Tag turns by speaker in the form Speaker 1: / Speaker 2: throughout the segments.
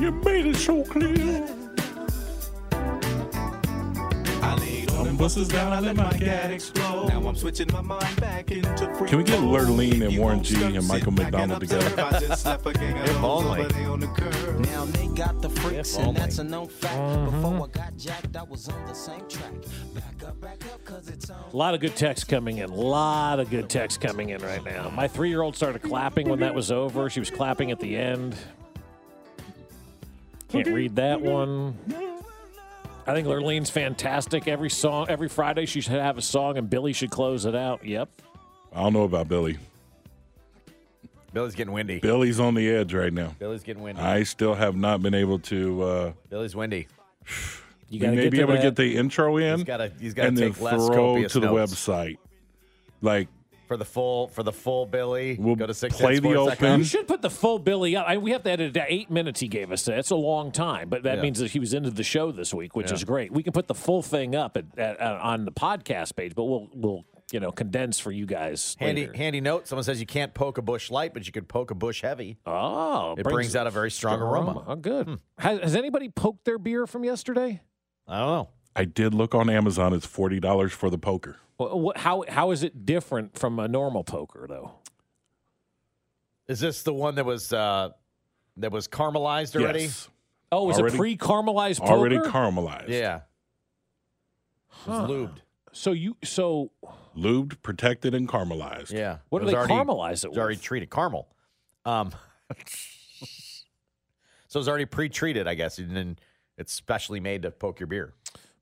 Speaker 1: You made it so clear.
Speaker 2: buses down, I let my cat explode. Now I'm switching my mind back into free. Can we get Lurleen and Warren G and Michael McDonald together?
Speaker 3: if only.
Speaker 4: Now they got the freaks, and that's a known fact. Before I got jacked, I was on the same track. Back up, back up, cause it's on.
Speaker 1: A lot of good text coming in. A lot of good text coming in right now. My three year old started clapping when that was over. She was clapping at the end. Can't read that one. I think Lurlean's fantastic. Every song, every Friday, she should have a song, and Billy should close it out. Yep.
Speaker 2: I don't know about Billy.
Speaker 3: Billy's getting windy.
Speaker 2: Billy's on the edge right now.
Speaker 3: Billy's getting windy.
Speaker 2: I still have not been able to. Uh,
Speaker 3: Billy's windy.
Speaker 2: You gotta may be able to get the intro in.
Speaker 3: He's gotta- he's gotta
Speaker 2: and
Speaker 3: take
Speaker 2: then
Speaker 3: less
Speaker 2: throw
Speaker 3: copious
Speaker 2: to the
Speaker 3: notes.
Speaker 2: website. Like
Speaker 3: For the full, for the full Billy,
Speaker 2: We'll
Speaker 3: go to six.
Speaker 2: play the open.
Speaker 1: You should put the full Billy up. I, we have to edit it to eight minutes he gave us. That's a long time, but that
Speaker 3: Yeah.
Speaker 1: means that he was into the show this week, which is great. We can put the full thing up at, at, uh, on the podcast page, but we'll we'll you know condense for you guys.
Speaker 3: Handy,
Speaker 1: later.
Speaker 3: handy note. Someone says you can't poke a bush light, but you could poke a bush heavy.
Speaker 1: Oh,
Speaker 3: It brings, out a very strong aroma. Hmm.
Speaker 1: Oh, good. Has, has anybody poked their beer from yesterday?
Speaker 3: I don't know.
Speaker 2: I did look on Amazon. It's forty dollars for the poker.
Speaker 1: Wha- what, how how is it different from a normal poker though?
Speaker 3: Is this the one that was uh that was caramelized already?
Speaker 2: Yes,
Speaker 1: Oh, is it
Speaker 2: Already-
Speaker 1: pre-caramelized poker?
Speaker 2: already caramelized.
Speaker 3: Yeah. It was lubed.
Speaker 1: So you so
Speaker 2: lubed, protected, and caramelized.
Speaker 3: Yeah.
Speaker 1: What
Speaker 3: It
Speaker 1: do
Speaker 3: was
Speaker 1: they
Speaker 3: already,
Speaker 1: caramelize it
Speaker 3: It was already
Speaker 1: with?
Speaker 3: treated caramel. Um So it's already pre-treated, I guess, and then it's specially made to poke your beer.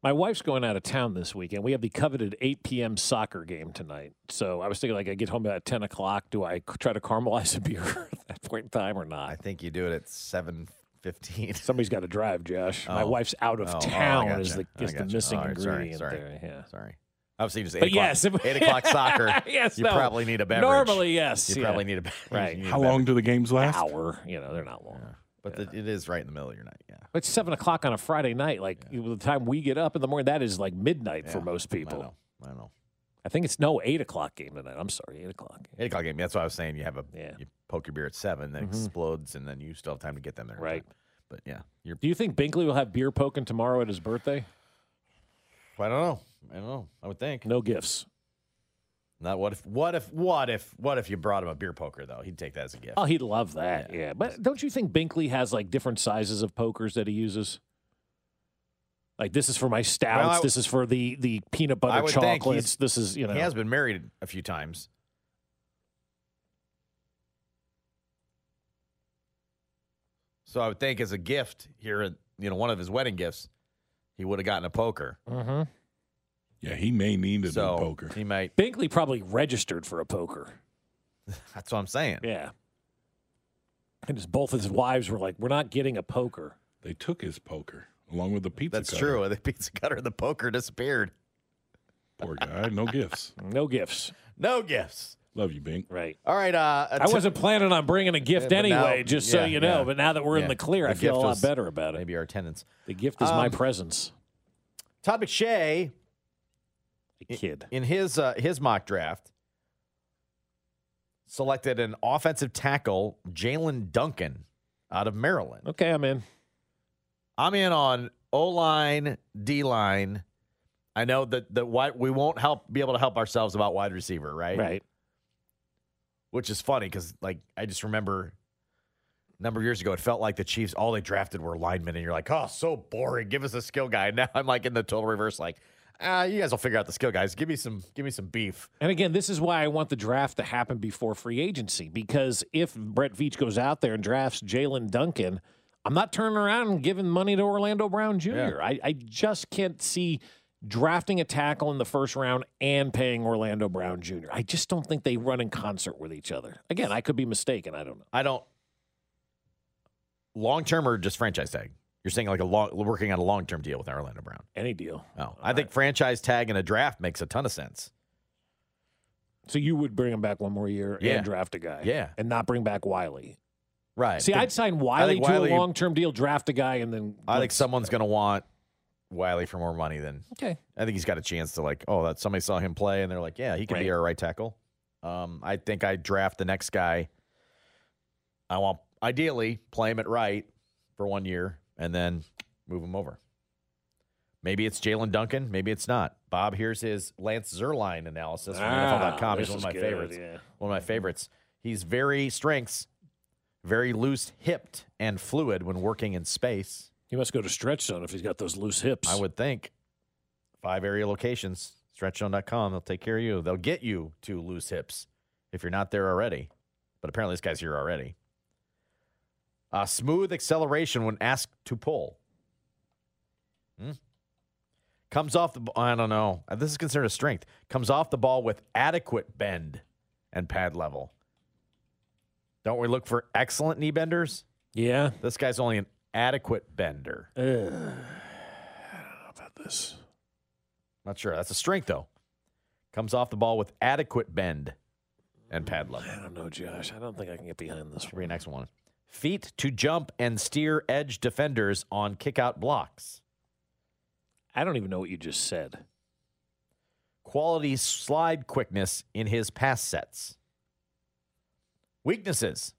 Speaker 1: my wife's going out of town this weekend. We have the coveted 8 p.m. soccer game tonight. So I was thinking, like, I get home about 10 o'clock. Do I c- try to caramelize a beer at that point in time or
Speaker 3: I
Speaker 1: not?
Speaker 3: think you do it at seven fifteen.
Speaker 1: Somebody's got to drive, Josh. my
Speaker 3: Oh.
Speaker 1: wife's out of
Speaker 3: Oh, oh, I
Speaker 1: town is the
Speaker 3: gotcha. I
Speaker 1: is the
Speaker 3: gotcha.
Speaker 1: missing
Speaker 3: All right, sorry,
Speaker 1: ingredient
Speaker 3: sorry.
Speaker 1: there. Yeah.
Speaker 3: Sorry. Obviously, just eight
Speaker 1: But
Speaker 3: o'clock.
Speaker 1: yes, if-
Speaker 3: eight o'clock soccer.
Speaker 1: Yes,
Speaker 3: you
Speaker 1: no.
Speaker 3: probably need a beverage.
Speaker 1: Normally, yes,
Speaker 3: you
Speaker 1: yeah.
Speaker 3: probably need a beverage.
Speaker 1: Right.
Speaker 3: You need a
Speaker 2: How long do the games last?
Speaker 1: Hour, you know, they're not long.
Speaker 3: But the- it is right in the middle of your night. Yeah.
Speaker 1: But It's seven o'clock on a Friday night. Like you- the time we get up in the morning, that is like midnight for
Speaker 3: Yeah,
Speaker 1: most
Speaker 3: I
Speaker 1: people.
Speaker 3: know. I know.
Speaker 1: I think it's no eight o'clock game tonight. I'm sorry, eight o'clock.
Speaker 3: Eight o'clock game. That's why I was saying you have a
Speaker 1: Yeah.
Speaker 3: you poke your beer at seven, then it
Speaker 1: Mm-hmm.
Speaker 3: explodes, and then you still have time to get them there. in
Speaker 1: Right.
Speaker 3: time. But yeah, you're.
Speaker 1: Do you think Binkley will have beer poking tomorrow at his birthday?
Speaker 3: I don't know. I don't know. I would think.
Speaker 1: No gifts.
Speaker 3: Not what if? What if? What if? What if you brought him a beer poker though? He'd take that as a gift.
Speaker 1: Oh, he'd love that. Yeah. But don't you think Binkley has like different sizes of pokers that he uses? Like this is for my stouts,
Speaker 3: Well, I-
Speaker 1: this is for the the peanut
Speaker 3: I
Speaker 1: butter
Speaker 3: would think
Speaker 1: chocolates,
Speaker 3: he's-
Speaker 1: this is you know
Speaker 3: He has been married a few times. So I would think as a gift here, at, you know, one of his wedding gifts, he would have gotten a poker.
Speaker 1: Mhm.
Speaker 2: Yeah, he may need a
Speaker 3: so
Speaker 2: new poker.
Speaker 3: he might.
Speaker 1: Binkley probably registered for a poker.
Speaker 3: That's what I'm saying.
Speaker 1: Yeah. And his both his wives were like, We're not getting a poker.
Speaker 2: They took his poker along with the pizza.
Speaker 3: That's
Speaker 2: cutter.
Speaker 3: true. The pizza cutter and the poker disappeared.
Speaker 2: Poor guy. No gifts.
Speaker 1: No gifts.
Speaker 3: No gifts.
Speaker 2: Love you, Bink.
Speaker 1: Right.
Speaker 3: All right. Uh, a
Speaker 1: I
Speaker 3: tip-
Speaker 1: wasn't planning on bringing a gift
Speaker 3: Yeah, but now-
Speaker 1: anyway, just so
Speaker 3: yeah,
Speaker 1: you know.
Speaker 3: yeah.
Speaker 1: But now that we're
Speaker 3: Yeah.
Speaker 1: in the clear, I
Speaker 3: The
Speaker 1: feel a
Speaker 3: gift
Speaker 1: lot
Speaker 3: was-
Speaker 1: better about it.
Speaker 3: maybe our attendants.
Speaker 1: The gift is my
Speaker 3: Um,
Speaker 1: presence.
Speaker 3: Todd McShay
Speaker 1: A kid.
Speaker 3: in his uh, his mock draft selected an offensive tackle, Jalen Duncan, out of Maryland.
Speaker 1: Okay, I'm in.
Speaker 3: I'm in on O line, D line. I know that that wide, we won't help be able to help ourselves about wide receiver, right?
Speaker 1: Right.
Speaker 3: Which is funny because like I just remember a number of years ago, it felt like the Chiefs all they drafted were linemen, and you're like, oh, so boring. Give us a skill guy. Now I'm like in the total reverse, like. Ah, you guys will figure out the skill guys. Give me some, give me some beef.
Speaker 1: And again, this is why I want the draft to happen before free agency because if Brett Veach goes out there and drafts Jalen Duncan, I'm not turning around and giving money to Orlando Brown Jr. I, I just can't see drafting a tackle in the first round and paying Orlando Brown Jr. I just don't think they run in concert with each other. Again, I could be mistaken. I don't know.
Speaker 3: I don't. Long term or just franchise tag? You're saying like a long, working on a long term deal with Orlando Brown.
Speaker 1: Any deal.
Speaker 3: No, I think franchise tag in a draft makes a ton of sense.
Speaker 1: So you would bring him back one more year
Speaker 3: Yeah.
Speaker 1: and draft a guy.
Speaker 3: Yeah.
Speaker 1: And not bring back Wiley.
Speaker 3: Right.
Speaker 1: See,
Speaker 3: I
Speaker 1: I'd
Speaker 3: think,
Speaker 1: sign Wiley to
Speaker 3: Wiley-
Speaker 1: a long term deal, draft a guy, and then
Speaker 3: I think
Speaker 1: let's-
Speaker 3: someone's going to want Wiley for more money than
Speaker 1: Okay.
Speaker 3: I think he's got a chance to like, oh, that somebody saw him play and they're like, yeah, he could be
Speaker 1: Right.
Speaker 3: our right tackle. Um, I think I draft the next guy. I want ideally play him at right for one year and then move him over. Maybe it's Jalen Duncan, maybe it's not. Bob, here's his Lance Zerline analysis from NFL.com.
Speaker 1: Ah, this
Speaker 3: He's one of
Speaker 1: is
Speaker 3: my
Speaker 1: good,
Speaker 3: favorites.
Speaker 1: yeah.
Speaker 3: One of my favorites. He's very strengths, very loose hipped and fluid when working in space.
Speaker 1: He must go to stretch zone if he's got those loose hips.
Speaker 3: I would think five area locations, stretchzone.com. They'll take care of you. They'll get you to loose hips if you're not there already. But apparently, this guy's here already. Uh, smooth acceleration when asked to pull. Hmm? Comes off the b- I don't know. Uh, This is considered a strength. Comes off the ball with adequate bend and pad level. Don't we look for excellent knee benders?
Speaker 1: Yeah.
Speaker 3: This guy's only an adequate bender.
Speaker 1: Ugh. I don't know about this.
Speaker 3: Not sure. That's a strength, though. Comes off the ball with adequate bend and pad level.
Speaker 1: I don't know, Josh. I don't think I can get behind this
Speaker 3: Be
Speaker 1: one.
Speaker 3: next one. Feet to jump and steer edge defenders on kickout blocks.
Speaker 1: I don't even know what you just said.
Speaker 3: Quality slide quickness in his pass sets. Weaknesses.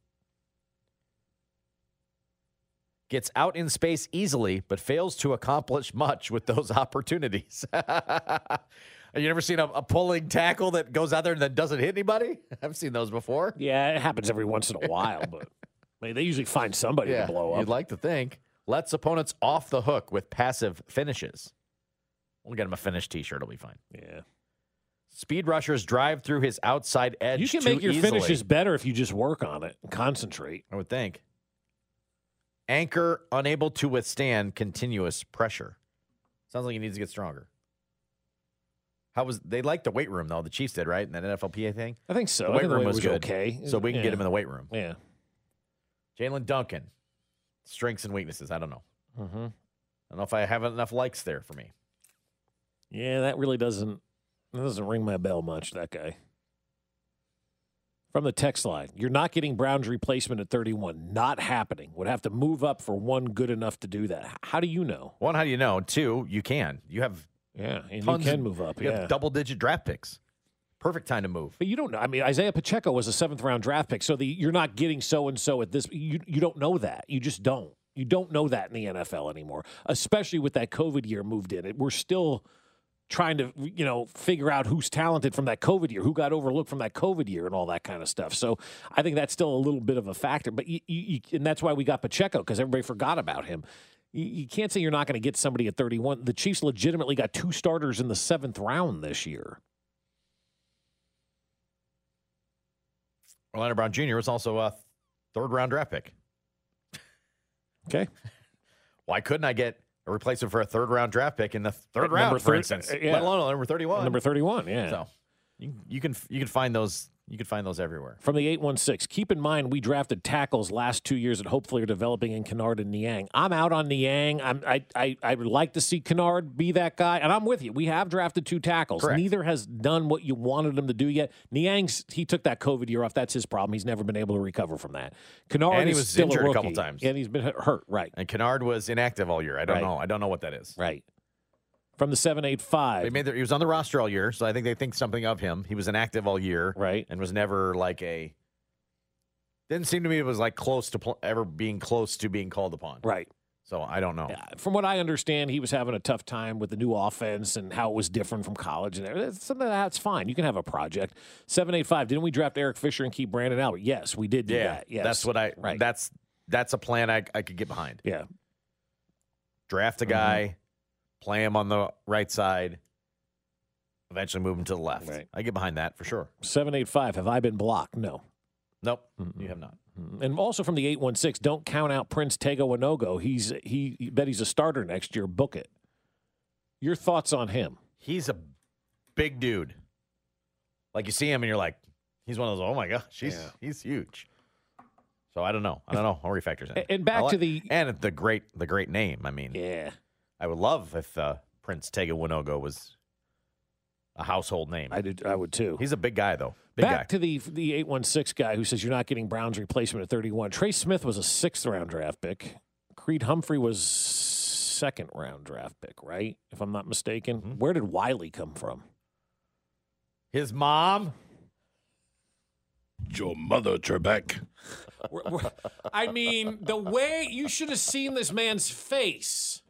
Speaker 3: Gets out in space easily, but fails to accomplish much with those opportunities. you never seen a, a pulling tackle that goes out there and then doesn't hit anybody? I've seen those before.
Speaker 1: Yeah, it happens every once in a while, but I mean, they usually find somebody to blow up.
Speaker 3: You'd like to think. Let's opponents off the hook with passive finishes. We'll get him a finished T-shirt. It'll be fine.
Speaker 1: yeah.
Speaker 3: Speed rushers drive through his outside edge.
Speaker 1: You can
Speaker 3: too
Speaker 1: make your
Speaker 3: easily,
Speaker 1: finishes better if you just work on it and concentrate.
Speaker 3: I would think. Anchor unable to withstand continuous pressure. Sounds like he needs to get stronger. How was they like the weight room though? The Chiefs did right in that NFLPA thing.
Speaker 1: I think so.
Speaker 3: The
Speaker 1: I
Speaker 3: weight
Speaker 1: think
Speaker 3: room
Speaker 1: weight
Speaker 3: was, good.
Speaker 1: okay.
Speaker 3: so we can
Speaker 1: Yeah.
Speaker 3: get him in the weight room.
Speaker 1: Yeah.
Speaker 3: Jalen Duncan, strengths and weaknesses. I don't know.
Speaker 1: Mm-hmm.
Speaker 3: I don't know if I have enough likes there for me.
Speaker 1: Yeah, that really doesn't that doesn't ring my bell much. That guy from the text line, you're not getting Brown's replacement at 31. Not happening. Would have to move up for one good enough to do that. H- How do you know?
Speaker 3: One, how do you know? Two, you can. You have
Speaker 1: Yeah, and
Speaker 3: tons
Speaker 1: you can
Speaker 3: of-
Speaker 1: move up.
Speaker 3: You
Speaker 1: yeah,
Speaker 3: have double digit draft picks. Perfect time to move.
Speaker 1: but you don't know. I mean, Isaiah Pacheco was a seventh round draft pick, so the, you're not getting so and so at this. You you don't know that. You just don't. You don't know that in the NFL anymore, especially with that COVID year moved in. It, we're still trying to you know figure out who's talented from that COVID year, who got overlooked from that COVID year, and all that kind of stuff. So I think that's still a little bit of a factor. But you, you, you- and that's why we got Pacheco because everybody forgot about him. You, you can't say you're not going to get somebody at 31. The Chiefs legitimately got two starters in the seventh round this year.
Speaker 3: Orlando Brown Jr. was also a third round draft pick.
Speaker 1: Okay.
Speaker 3: Why couldn't I get a replacement for a third round draft pick in the third
Speaker 1: At
Speaker 3: round,
Speaker 1: number
Speaker 3: for
Speaker 1: thir-
Speaker 3: instance?
Speaker 1: uh, yeah.
Speaker 3: Let alone number thirty one.
Speaker 1: Number 31, yeah.
Speaker 3: So you, you can you can find those you can find those everywhere.
Speaker 1: From the 816, keep in mind we drafted tackles last two years and hopefully are developing in Kennard and Niang. I'm out on Niang. I'm, I, I, I would like to see Kennard be that guy, and I'm with you. We have drafted two tackles.
Speaker 3: Correct.
Speaker 1: Neither has done what you wanted him to do yet. Niang's, he took that COVID year off. That's his problem. He's never been able to recover from that. Kennard
Speaker 3: And he
Speaker 1: is
Speaker 3: was
Speaker 1: still
Speaker 3: injured a
Speaker 1: rookie,
Speaker 3: couple times.
Speaker 1: And he's been hurt- hurt, right.
Speaker 3: And Kennard was inactive all year. I don't
Speaker 1: Right.
Speaker 3: know. I don't know what that is.
Speaker 1: Right. From the
Speaker 3: They
Speaker 1: 785,
Speaker 3: made their, he was on the roster all year, so I think they think something of him. He was inactive all year,
Speaker 1: Right.
Speaker 3: And was never like a. Didn't seem to me it was like close to pl- ever being close to being called upon.
Speaker 1: right.
Speaker 3: So I don't know.
Speaker 1: Yeah, from what I understand, he was having a tough time with the new offense and how it was different from college. And everything. Some of that's fine. You can have a project. Seven eight five. Didn't we draft Eric Fisher and keep Brandon Albert? Yes, we did. Do that. Yes,
Speaker 3: that's what I.
Speaker 1: Right.
Speaker 3: That's that's a plan I, I could get behind.
Speaker 1: yeah.
Speaker 3: Draft a
Speaker 1: Mm-hmm.
Speaker 3: guy, play him on the right side, eventually move him to the left.
Speaker 1: Right.
Speaker 3: I get behind that for sure.
Speaker 1: Seven eight five. Have I been blocked? No. Hmm.
Speaker 3: Nope, you have not.
Speaker 1: And also from the 816, don't count out Prince Tego Winogo. He's he bet he's a starter next year. Book it. Your thoughts on him?
Speaker 3: He's a big dude. Like you see him and you're like, he's one of those. Oh my gosh, he's he's huge. So I don't know. I don't know how he factors in.
Speaker 1: A- and back
Speaker 3: I
Speaker 1: to the-
Speaker 3: and the great the great name. I mean,
Speaker 1: Yeah.
Speaker 3: I would love if uh, Prince Tega Winogo was a household name.
Speaker 1: I did I would too.
Speaker 3: he's a big guy though. Big
Speaker 1: Back
Speaker 3: guy.
Speaker 1: to the the 816 guy who says you're not getting Brown's replacement at 31. Trey Smith was a 6th round draft pick. Creed Humphrey was second round draft pick, right? If I'm not mistaken. Where did Wiley come from?
Speaker 3: His mom.
Speaker 2: Your mother, Trebek.
Speaker 1: We're- we're- I mean, the way you should have seen this man's face.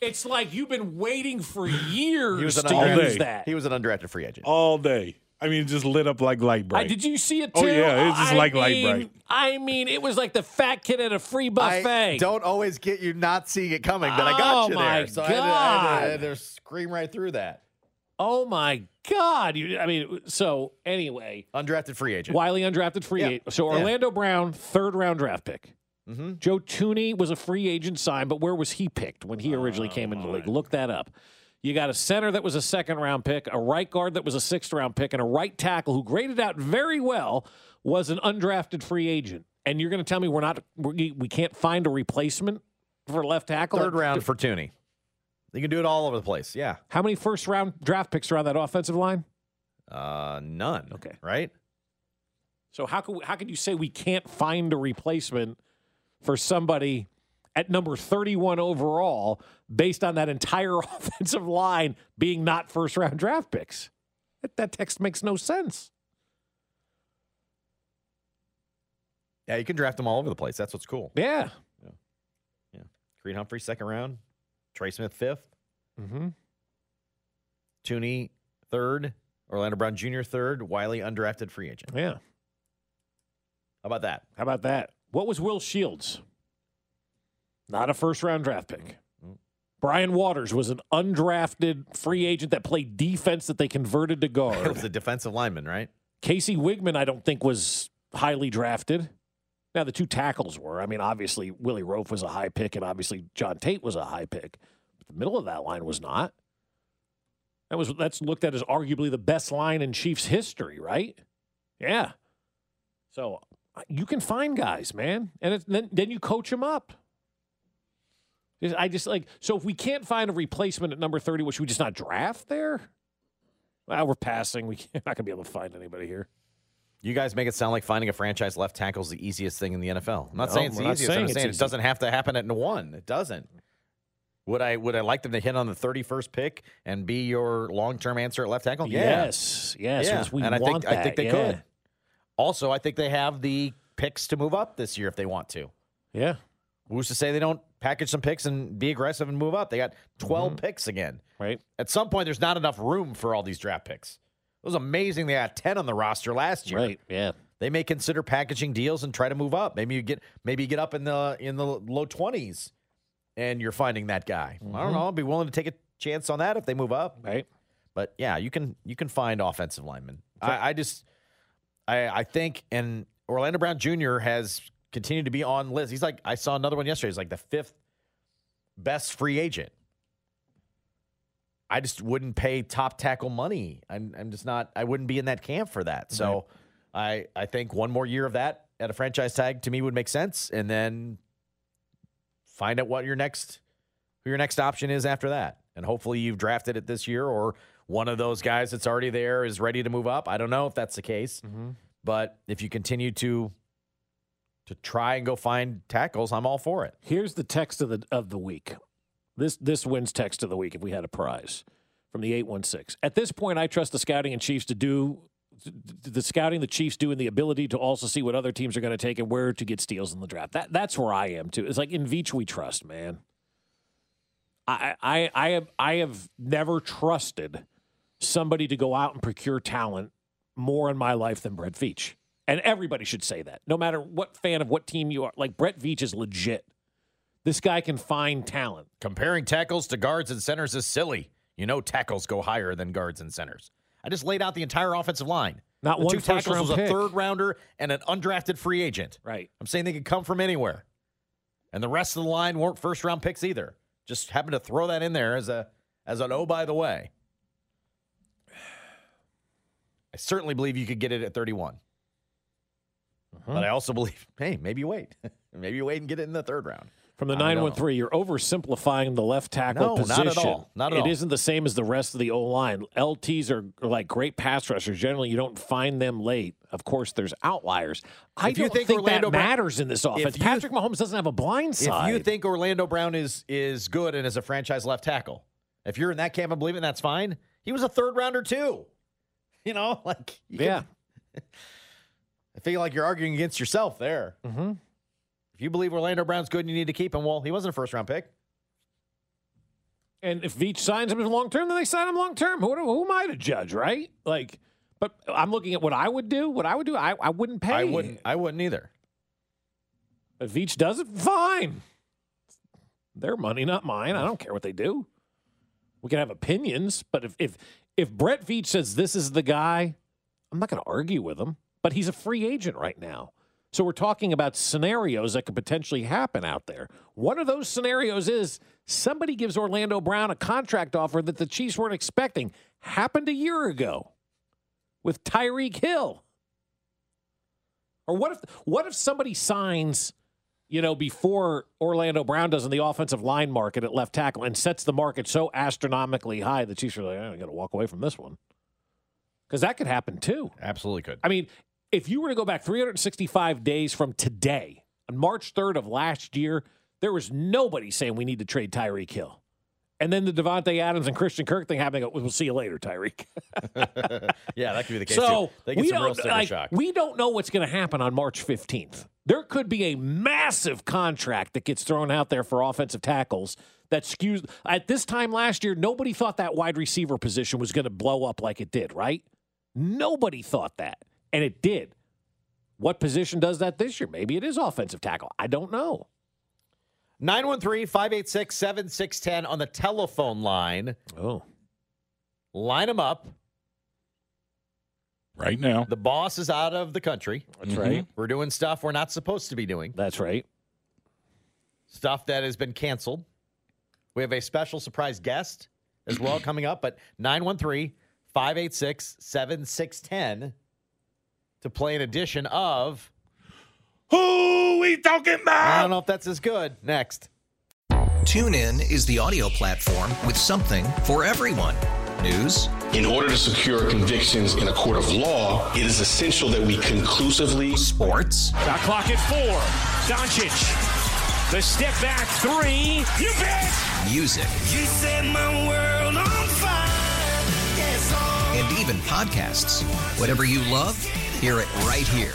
Speaker 1: It's like you've been waiting for years
Speaker 3: an
Speaker 1: to
Speaker 2: all
Speaker 1: use
Speaker 2: day.
Speaker 1: that.
Speaker 3: He was an undrafted free agent.
Speaker 2: All day. I mean, it just lit up like light
Speaker 1: I,
Speaker 2: bright.
Speaker 1: did you see it too?
Speaker 2: Oh, yeah, it's just
Speaker 1: I
Speaker 2: like light
Speaker 1: mean,
Speaker 2: bright.
Speaker 1: I mean, it was like the fat kid at a free buffet.
Speaker 3: I don't always get you not seeing it coming, but I
Speaker 1: Oh,
Speaker 3: got you
Speaker 1: my
Speaker 3: there. So I had to- I had to- I
Speaker 1: God.
Speaker 3: had to scream right through that.
Speaker 1: Oh my God! You, I mean, so anyway,
Speaker 3: Undrafted free agent.
Speaker 1: Wiley undrafted free
Speaker 3: Yeah.
Speaker 1: agent. So
Speaker 3: Yeah. Mm-hmm.
Speaker 1: Orlando Brown, third round draft pick. Joe Tooney was a free agent sign, but where was he picked when he originally came into the
Speaker 3: Oh.
Speaker 1: league? Look that up. You got a center that was a second round pick, a right guard that was a sixth round pick, and a right tackle who graded out very well was an undrafted free agent. And you're going to tell me we're not we, we can't find a replacement for left tackle?
Speaker 3: Third round for Tooney. You can do it all over the place. Yeah.
Speaker 1: How many first round draft picks are on that offensive line?
Speaker 3: Uh, none.
Speaker 1: Okay.
Speaker 3: Right?
Speaker 1: So how could how could you say we can't find a replacement for somebody at number 31 overall based on that entire offensive line being not first round draft picks? That, that text makes no sense.
Speaker 3: Yeah, you can draft them all over the place. That's what's cool.
Speaker 1: Yeah.
Speaker 3: Creed Humphrey, second round. Trey Smith, fifth.
Speaker 1: Mm-hmm.
Speaker 3: Tooney, third. Orlando Brown Jr., third. Wiley, undrafted free agent. How
Speaker 1: Yeah.
Speaker 3: about that?
Speaker 1: How about that? What was Will Shields? Not a first round draft pick. Brian Waters was an undrafted free agent that played defense that they converted to
Speaker 3: It
Speaker 1: guard.
Speaker 3: was a defensive lineman, right?
Speaker 1: Casey Wigman, I don't think was highly drafted. Now the two tackles were. I mean, obviously Willie Rofe was a high pick, and obviously John Tate was a high pick. But the middle of that line was not. That was that's looked at as arguably the best line in Chiefs history, right? Yeah. So uh, you can find guys, man, and it's, then then you coach them up. Just- I just like so if we can't find a replacement at number thirty, which we just not draft there. Well, we're passing. We can't, not gonna be able to find anybody here.
Speaker 3: You guys make it sound like finding a franchise left tackle is the easiest thing in the NFL. I'm not
Speaker 1: No,
Speaker 3: saying it's
Speaker 1: we're
Speaker 3: the
Speaker 1: not
Speaker 3: easiest.
Speaker 1: saying
Speaker 3: I'm
Speaker 1: it's
Speaker 3: saying
Speaker 1: easy.
Speaker 3: it doesn't have to happen at one. It doesn't. Would I would I like them to hit on the 31st pick and be your long term answer at left tackle? Yeah.
Speaker 1: Oh, Yes, yes.
Speaker 3: Yeah,
Speaker 1: yes, We
Speaker 3: and I
Speaker 1: want
Speaker 3: think I
Speaker 1: that,
Speaker 3: think they
Speaker 1: yeah.
Speaker 3: could. Also, I think they have the picks to move up this year if they want to.
Speaker 1: Yeah,
Speaker 3: Who's to say they don't package some picks and be aggressive and move up? They got 12
Speaker 1: Mm-hmm.
Speaker 3: picks again.
Speaker 1: right.
Speaker 3: At some point, there's not enough room for all these draft picks. It was amazing they had 10 on the roster last year.
Speaker 1: Right. Yeah.
Speaker 3: They may consider packaging deals and try to move up. Maybe you get maybe you get up in the in the low 20s and you're finding that guy. I don't know. I'd be willing to take a chance on that if they move up.
Speaker 1: Right.
Speaker 3: But yeah, you can you can find offensive linemen. I, I just I I think and Orlando Brown Jr. has continued to be on list. He's like I saw another one yesterday. He's like the fifth best free agent. I just wouldn't pay top tackle money. I'm I'm just not I wouldn't be in that camp for that. So I I think one more year of that at a franchise tag to me would make sense and then find out what your next who your next option is after that. And hopefully you've drafted it this year or one of those guys that's already there is ready to move up. I don't know if that's the case. But if you continue to to try and go find tackles, I'm all for it.
Speaker 1: Here's the text of the of the week. This this wins text of the week if we had a prize from the eight one six. At this point, I trust the scouting and Chiefs to do th- th- the scouting the Chiefs do and the ability to also see what other teams are going to take and where to get steals in the draft. That that's where I am too. It's like in Veach we trust, man. I I I have I have never trusted somebody to go out and procure talent more in my life than Brett Veach. And everybody should say that, no matter what fan of what team you are. Like Brett Veach is legit. This guy can find talent.
Speaker 3: Comparing tackles to guards and centers is silly. You know tackles go higher than guards and centers. I just laid out the entire offensive line.
Speaker 1: Not
Speaker 3: The
Speaker 1: one
Speaker 3: two
Speaker 1: first
Speaker 3: tackles
Speaker 1: round
Speaker 3: was a
Speaker 1: pick.
Speaker 3: third rounder and an undrafted free agent.
Speaker 1: Right.
Speaker 3: I'm saying they could come from anywhere. And the rest of the line weren't first round picks either. Just happened to throw that in there as a as an oh by the way. I certainly believe you could get it at 31.
Speaker 1: Uh-huh.
Speaker 3: But I also believe, hey, maybe you wait. maybe you wait and get it in the third round.
Speaker 1: From the
Speaker 3: I don't know.
Speaker 1: 913, you're oversimplifying the left tackle
Speaker 3: No, not
Speaker 1: position.
Speaker 3: at all. Not at
Speaker 1: It
Speaker 3: all.
Speaker 1: isn't the same as the rest of the O line. LTs are, are like great pass rushers. Generally, you don't find them late. Of course, there's outliers. I
Speaker 3: If you
Speaker 1: don't
Speaker 3: think Orlando
Speaker 1: that
Speaker 3: Brown-
Speaker 1: matters in this offense.
Speaker 3: you-
Speaker 1: Patrick Mahomes doesn't have a blind side.
Speaker 3: If you think Orlando Brown is is good and is a franchise left tackle, if you're in that camp and believe it, that's fine. He was a third rounder too. You know, like you
Speaker 1: yeah,
Speaker 3: can- I feel like you're arguing against yourself there. Mm-hmm. If you believe Orlando Brown's good and you need to keep him, well, he wasn't a first round pick.
Speaker 1: and if Veach signs him long term, then they sign him long term. Who, do- who am I to judge, right? Like, but I'm looking at what I would do. What I would do, I, I wouldn't pay.
Speaker 3: I wouldn't. I wouldn't either.
Speaker 1: If Veach does it, fine. Their money, not mine. I don't care what they do. We can have opinions, but if if if Brett Veach says this is the guy, I'm not going to argue with him. But he's a free agent right now, so we're talking about scenarios that could potentially happen out there. One of those scenarios is somebody gives Orlando Brown a contract offer that the Chiefs weren't expecting. Happened a year ago with Tyreek Hill. Or what if what if somebody signs, you know, before Orlando Brown does in the offensive line market at left tackle and sets the market so astronomically high the Chiefs are like, I got to walk away from this one because that could happen too.
Speaker 3: Absolutely could.
Speaker 1: I mean, if you were to go back 365 days from today, on March 3rd of last year, there was nobody saying we need to trade Tyreek Hill. And then the Devontae Adams and Christian Kirk thing happened. I go, We'll see you later, Tyreek.
Speaker 3: yeah, that could be the case.
Speaker 1: So
Speaker 3: too. they get
Speaker 1: we
Speaker 3: some real
Speaker 1: don't
Speaker 3: sticker
Speaker 1: like,
Speaker 3: shock.
Speaker 1: we don't know what's going to happen on March 15th. There could be a massive contract that gets thrown out there for offensive tackles that skews. At this time last year, nobody thought that wide receiver position was going to blow up like it did, right? Nobody thought that, and it did. What position does that this year? Maybe it is offensive tackle. I don't know.
Speaker 3: 913 586 7610 on the telephone line.
Speaker 1: Oh,
Speaker 3: Line them up.
Speaker 2: Right now.
Speaker 3: The boss is out of the country.
Speaker 1: that's right.
Speaker 3: We're doing stuff we're not supposed to be doing.
Speaker 1: That's right.
Speaker 3: stuff that has been canceled. We have a special surprise guest as well coming up at 913 586 7610 to play an edition of.
Speaker 2: Who we talking
Speaker 3: I
Speaker 2: about?
Speaker 3: don't know if that's as good. Next.
Speaker 5: TuneIn is the audio platform with something for everyone. News,
Speaker 6: In order to secure convictions in a court of law, it is essential that we conclusively
Speaker 5: sports,
Speaker 7: Shot clock at four. Doncic. The step back three.
Speaker 8: You bet!
Speaker 5: music,
Speaker 8: You set my world on fire. Yes, oh.
Speaker 5: and even podcasts. Whatever you love, hear it right here